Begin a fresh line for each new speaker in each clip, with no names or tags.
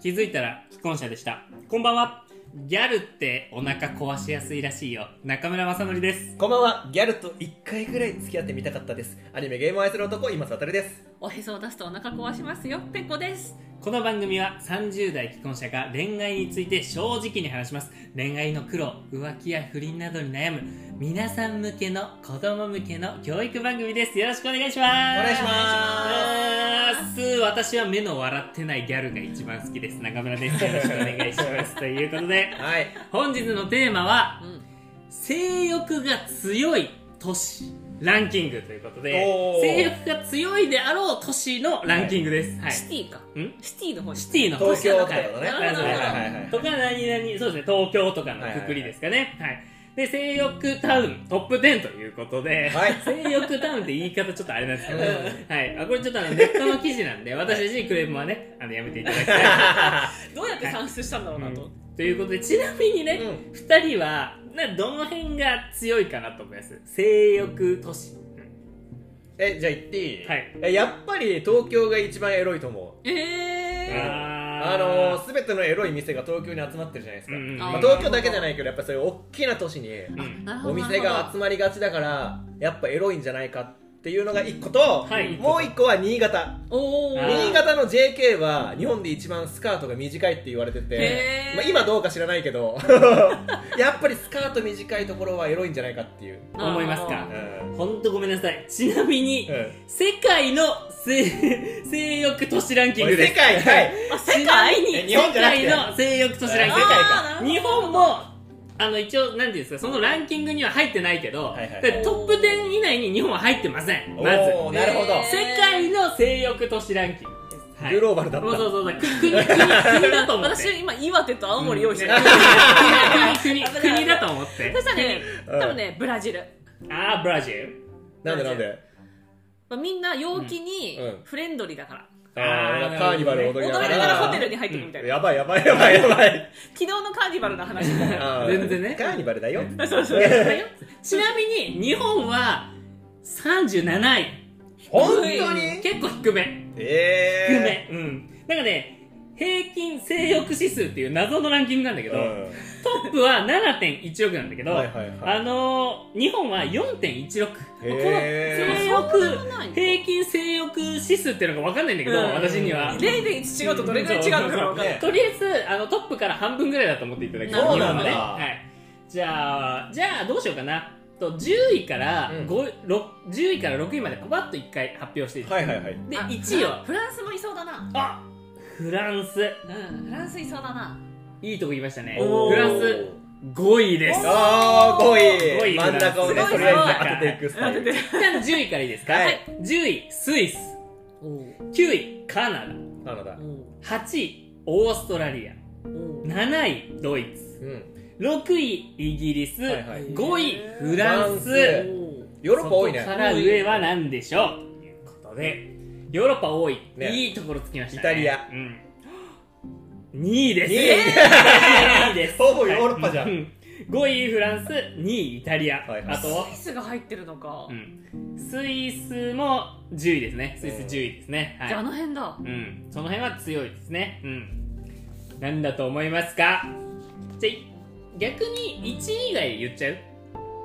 気づいたら既婚者でしたこんばんはギャルってお腹壊しやすいらしいよ中村雅則です
こんばんは、ギャルと1回ぐらい付き合ってみたかったです。アニメゲームを愛する男、今津渡です。
おへそを出すとお腹壊しますよペコです
この番組は30代既婚者が恋愛について正直に話します恋愛の苦労浮気や不倫などに悩む皆さん向けの子供向けの教育番組ですよろしくお願いします
お願いします
私は目の笑ってないギャルが一番好きです中村ですよろしくお願いしますということで
はい。
本日のテーマは
うん
性欲が強い都市ランキングということで
おー
性欲が強いであろう都市のランキングです、はい
シティか
ん
シティの方
シティの
東京とか
は
だ
い
ね。
なるほ
は
ど
いはいはい
とか何々そうですね東京とかのくくりですかねはい、で性欲タウントップ10ということで、
はい
性欲タウンって言い方ちょっとあれなんですけど、
う
はい、あこれちょっとあのネットの記事なんで私自身クレームはねあのやめていただきたい、
どうやって算出したんだろうなと、
うんということでちなみにね、
うん
二人はなどの辺が強いかなと思います性欲都市、
え、じゃあ言っていい
はい
えやっぱり東京が一番エロいと思う。
え
あ
あのー、すべてのエロい店が東京に集まってるじゃないですか。
うんうん
まあ、東京だけじゃないけど、やっぱそういう大きな都市に
う
ー、
ん
なるほ
お
ど
店が集まりがちだから、やっぱエロいんじゃないかっていうのが1個と、
はい
もう1個は新潟。
おお
あー
新潟の JK は日本で一番スカートが短いって言われてて
へ、ー
まあ、今どうか知らないけどやっぱりスカート短いところはエロいんじゃないかっていう、
思います
う
か
ん
ほんとごめんなさいちなみに、
うん
世界の性 性欲都市ランキン
おい
グで
世
す
界はい
あ世界に
え
世
日本じゃなくて
界の性欲都市ランキン
世界か
あーなるほ
グ
ど
日本もあの一応なんていうんですかそのランキングには入ってないけど、
はいはい
だからトップ10以内に日本は入ってませんまず
おーなるほど、
え
世界の性欲都市ランキングです、はい
グローバルだった
そうそうそうそう国国国だと思って
私今岩手と青森用意してる、
国国国国だと思って
そしたらね
うん
多分ねブラジル、
ああブラジル
なんでなんで
まあ、みんな陽気に
うん
フレンドリーだから、
あ
あー
ーカーニバル踊り
踊
なが
りながらホテル
ら
に入ってるみたいな、
やばいやばいやばいやばい
昨日のカーニバルの話みたいな
あー
全然ね
カーニバルだよ
そうそうだよ
ちなみに日本は37位
本当に
結構低め低
え
め、うんなんかね平均性欲指数っていう謎のランキングなんだけ
え
ど、トップは7.16なんだけど、
はいはいはい
あのー日本は4.16
へ
この性欲
ー
平均性欲指数っていうのが分かんないんだけど、
うん
私には
0.1違うとどれぐらい違うのか分かんない
ね
とりあえずあのトップから半分ぐらいだと思っていただきたい
そうなん
だ
日本はねはい、じゃあじゃあどうしようかなと10位から
うん
5、六10位から6位までパパッと1回発表していいですか
はいはいはい
で
あ
1位は
フランスもいそうだな
あフランス
うんフランスいそうだない
いとこ言いましたね
おー
フランス5位ですじゃ
あー
五
5
位
位真ん中をね
すご
と
い
りあえず当てていくスタイル
あ10位からいいですか、
はい
10位スイス
おお
9位カナ
なのだ
ダ8位オーストラリア7位ドイツ
うん
6位イギリス、
はいはい
5位フランス
フランスヨーロッパ多い
そこ
ね
から上は何でしょうということでヨーロッパ多い、
ね
いいところつきましたね
イタリア
うん、2位です
二位
2位です
ほぼヨーロッパじゃん
5位フランス2位イタリア、
はいはい
あと
スイ、スが入ってるのか
うん、スイスも10位ですねスイス10位ですね、
じゃあ
は
あ
い
の辺だ
うん、その辺は強いですねうん何だと思いますかじゃあ逆に1位以外言っちゃう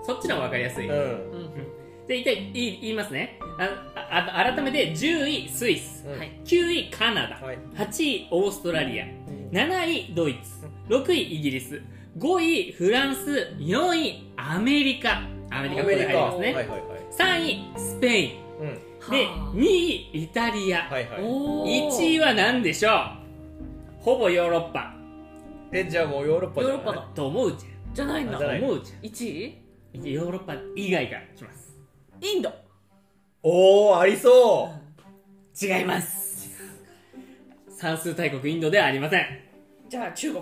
そっちの方が分かりやすい、
うん
で一回言い言いますねあああ改めて10位スイス
うん
はい
9位カナダ、
はい
8位オーストラリア7位ドイツ6位イギリス5位フランス4位アメリカアメリカこ
ア
こ
メ
で入
リカ
りますね、
はいはいはい
3位スペイン
うん
で
はあ
2位イタリア、
はいはい
おー
1位は何でしょうほぼヨーロッパ
えじゃあもうヨーロッパじゃない
ヨーロッパだ
と思うじ
じゃないん
あじゃ
ゃ
なんい
だ
思うじゃ
1位
んヨーロッパ以外からしま
インド
おおありそう
す違います算数大国インドではありません
じゃあ中国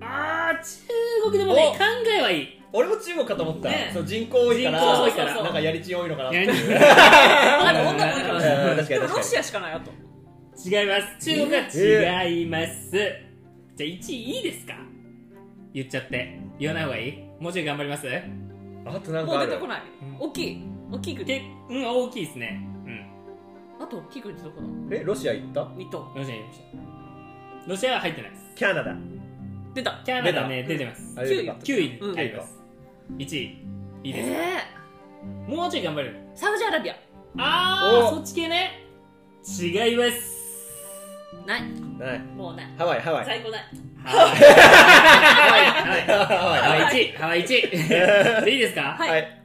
あー中国でもね
お
考えはいい
俺も中国かと思った
ね
そう人口多いから
人口多いから
なんかやりちん多いのかなって
違い
いう
ま
あでも女も多いかもしれ
うん
な
うん
い
確か
で
に
も
確か
ロ
に
シアしかないあと
す違います中国は違いますじゃあ1位いいですか言っちゃって言わない方がいいもうちょい頑張ります
あとなん
も
かあ
う
る
出てこない
うん
大きい大きい国
けうん大きいですねうん
あと大きい国ってどこだ
えロシア行った
水戸
よしよしよしロシアは入ってないです
キャナダ
出た
キャナダね出てます
あれよかった
9位
うん
あります1位いいです、
え
もうちょい頑張れる
ー、サウジアラビア
ああ
お
そっち系ね違います
ない
ない
もうない
ハワイハワイ
在庫ない
ハワイハワイハ
ハ
ワイ1位ハワイ1位でいいですか、
はい
ワイはい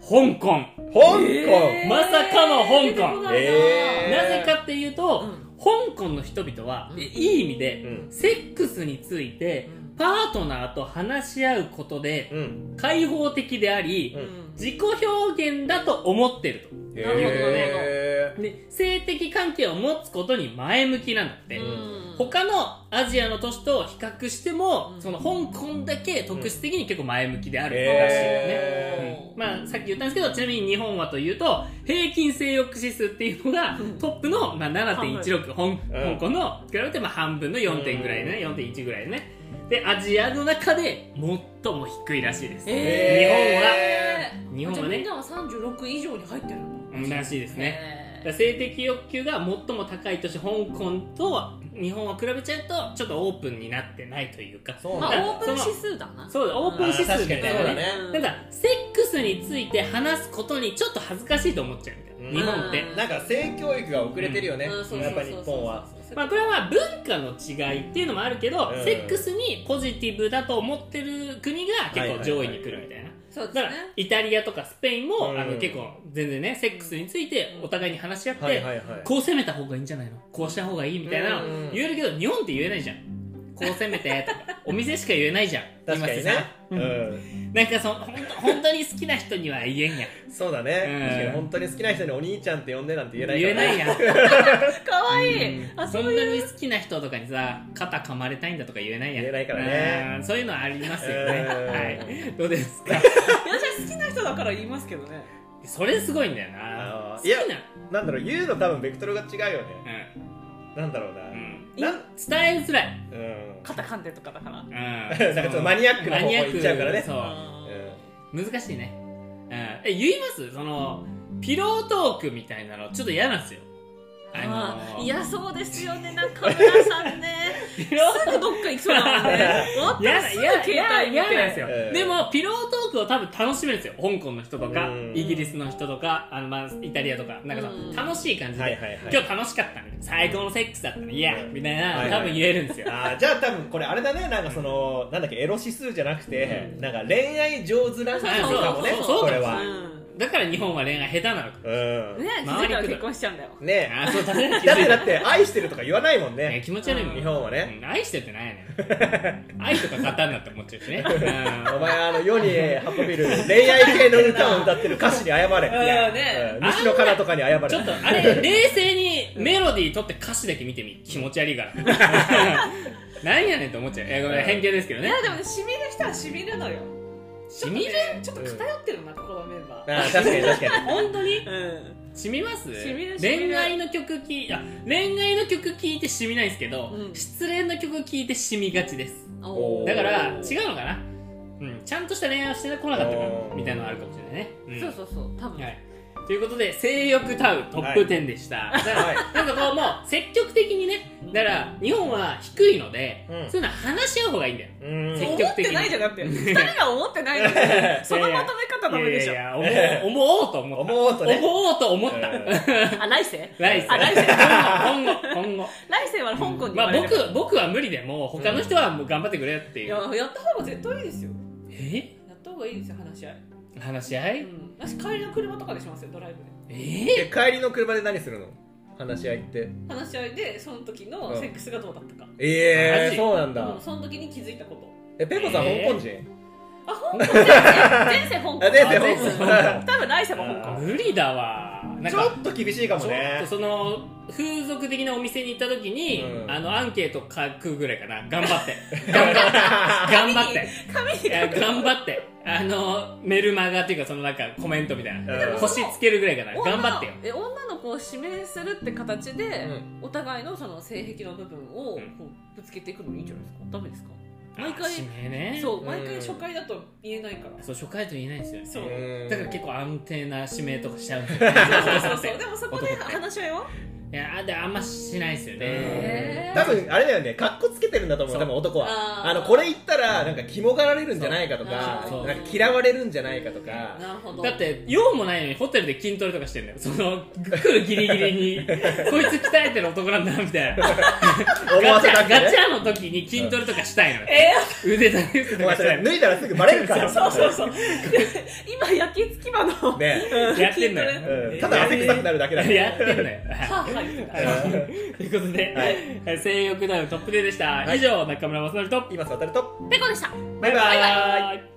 香港
香港
えー
まさかの香港
出てこないな
えー
なぜかっていうと、
うん
香港の人々は、
うん
いい意味で、
うん
セックスについて
うん
パートナーと話し合うことで
うん
開放的であり、
う
自己表現だと思ってる
へ
なるほ
と
どね
で性的関係を持つことに前向きなんだって、
うん
他のアジアの都市と比較しても、
うん
その香港だけ特質的に結構前向きであるらしいよね、
へ
うんまあ、さっき言ったんですけどちなみに日本はというと平均性欲指数っていうのが
うん
トップの、まあ、7.16、
う
香
ん
香港の比べてまあ半分の4点ぐらいね、4.1ぐらいねでアジアの中で最も低いらしいです、日本は日本はね
え
じゃあみんなは36以上に入ってるの
うんらしいですね、だか
ね
ら性的欲求が最も高い都市香港と日本を比べちゃうとちょっとオープンになってないというか
そう
ま
な
あ
んだ
オープン指数だな
そうだオープン指数みたいな
あー確かにそうだね
なんかセックスについて話すことにちょっと恥ずかしいと思っちゃうみたいな、
うん
日本って
なんか性教育が遅れてるよね、やっぱ日本は。
まあこれは文化の違いっていうのもあるけど、
うん
セックスにポジティブだと思ってる国が結構上位に来るみたいな、
そうです
だから
ね
イタリアとかスペインも、
うん
あの結構全然ねセックスについてお互いに話し合って、
はいはいはい
こう攻めた方がいいんじゃないのこうした方がいいみたいなの
うん
言えるけど日本って言えないじゃんこう攻めてと かお店しか言えないじゃん
確かに
今
ね
さ、
うん、
なんかそのほんと本当に好きな人には言えんやん
そうだ
うん
ね、確かに本当に好きな人にお兄ちゃんって呼んでなんて言えない
言えない
や
やん
かわいいあ
そ
そうん
な
いう
に好きな人とかにさ肩噛まれたいんだとか言えないやん
言えないからね
うんそういうのはありますよね
うん
はいどうです か
私好きな人だから言いますけどね
それすごいんだよな
あー
好きな、
いやなんだろう言うの多分ベクトルが違うよねなんだろうな、
うんうん、
なん
伝えづらい、
うん
肩噛んでとかだから
うん、
なんかちょっとマニアックな方向行っちゃうからね
マニアック
う
そう難しいね、うん、え言いますそのピロートークみたいなのちょっと嫌なんですよ
あ
の
ーいやそうですよねなんか皆さ んね
ピロー
すぐどっか行きそうだもんね終わっ
嫌
たら
な
すぐ
嫌な
携帯見
嫌なんです
て
よ、
ええ
でもピロートークを多分楽しめるんですよ香港の人とか
うん
イギリスの人とかあの、まあ、イタリアとかなんかさ
うん
楽しい感じ
ん
で、
はいはいはい
今日楽しかったね最高のセックスだったねいや
うん
みたいな
はい
多分言えるんですよ、
あーじゃあ多分これあれだねなんかそのなんだっけエロ指数じゃなくて、なんか恋愛上手ランキングかもね
そうそうそう
これは
だから日本は恋愛下手なのか
う
うんね気
周
づ
り
いた
来
ら
る
結婚しちゃうんだよ
んね
あそう確かに気づ
だっ
い
て
た
だって愛してるとか言わないもん
ね
ね
気持ち悪いもん、
日本はね、
うん愛してるってなんやね ん愛とか勝たんなって思っちゃうしね、
お前あの世に運びる恋愛系の歌を歌ってる歌詞に謝れ、
うんね
うん西野カナとかに謝れ
ちょっとあ れ冷静にメロディー取って歌詞だけ見てみ気持ち悪いから なんやねんと思っちゃういやごめん偏見ですけど
い
ね
やでもしみる人はしみるのよ
染みる
ちょっと偏ってるなこのメンバー
あー確かに確かに
本当に
うん
染みます
染みる染みる
恋愛の曲聴いあ恋愛の曲聴いて染みないですけど、
うん
失恋の曲聴いて染みがちです
おー
だから違うのかな、うん、ちゃんとした恋愛をしてこなかったか
おー
みたいなのあるかもしれないね、ん
そうそうそう多分
はいということで性欲タウトップ10でした、だから
はい
なんかこうもう積極的にねだから日本は低いので、
うん
そういうのは話し合う方がいいんだよ
うん
積
思
極
っ
的に
てないじゃなくて二人が思ってないの でそのまとめ方ダメでしょ
いやいやいや 思う思おうと思った
思うとね
思おうと思った、
うん
あ来世
来世
あ来世
今後今後
来世は香港に言
ま
わ
あ
れる
僕僕は無理でも他の人はもう頑張ってくれよって
い
いう、
ややった方が絶対いいですよ
え
やった方がいいですよ話し合い、
話し合い、
うん、私帰りの車とかでしますよドライブで
え
え帰りの車で何するの話し合いって
話し合いでその時の
うん
セックスがどうだったか、
マ
え
ジ
えそうなん
うん
だ
その時に気づいたこと
えペコさん香
えー
港人
あ香港前世前世香港
あ前
香
世
港
前世多分来世も香
あ
無理だわなん
ち
か
ょっと厳しいかも
ちょっと
ね
その風俗的なお店に行った時に、
うん
あのアンケート書くぐらいかな頑張って頑張って頑張って
港紙に
いや頑張ってあのメルマガっていうかそのなんかコメントみたいな、
うん
星つけるぐらいかな
女の
頑張ってよ
え女の子を指名するって形で、
うん
お互いのその性癖の部分をこ
うん
うぶつけていくのいいんじゃないですかダメですか毎
あ
回
指名ね
そううん毎回初回だと言えないから
そう初回と言えないんですよね
そう
うん
だから結構安定な指名とかしちゃうんですよね
そうそうそうそうでもそこで話し合いは
いやあであんましないですよね
へー
多分あれだよねかっこつけてるんだと思う
そう
多分男は
あ
あ
ー
のこれ言ったらなんか肝がられるんじゃないかとか
そうそう
なんか嫌われるんじゃないかとか
なるほど
だって用もないのにホテルで筋トレとかしてんだよその来るギリギリに こいつ鍛えてる男なんだみたいな
思わ
ガチ
せた
ャ
くて
ガチ
ね
ャの時に筋トレとかしたいのよ
え
腕立て伏せ
思
と
わ
か
せ
したたい
くて脱いだらすぐバレるから
そうそ うそう今焼き付き場の
ね
のやってんのよ
うんただ汗臭くなるだけだから
やってんのよはい
ハーハー
はいということで、
はい
はい 性欲ダウントップデーでした、以上中村雅則と
今す渡ると
ペコでした
バイバ
バイ
ーイ
バイ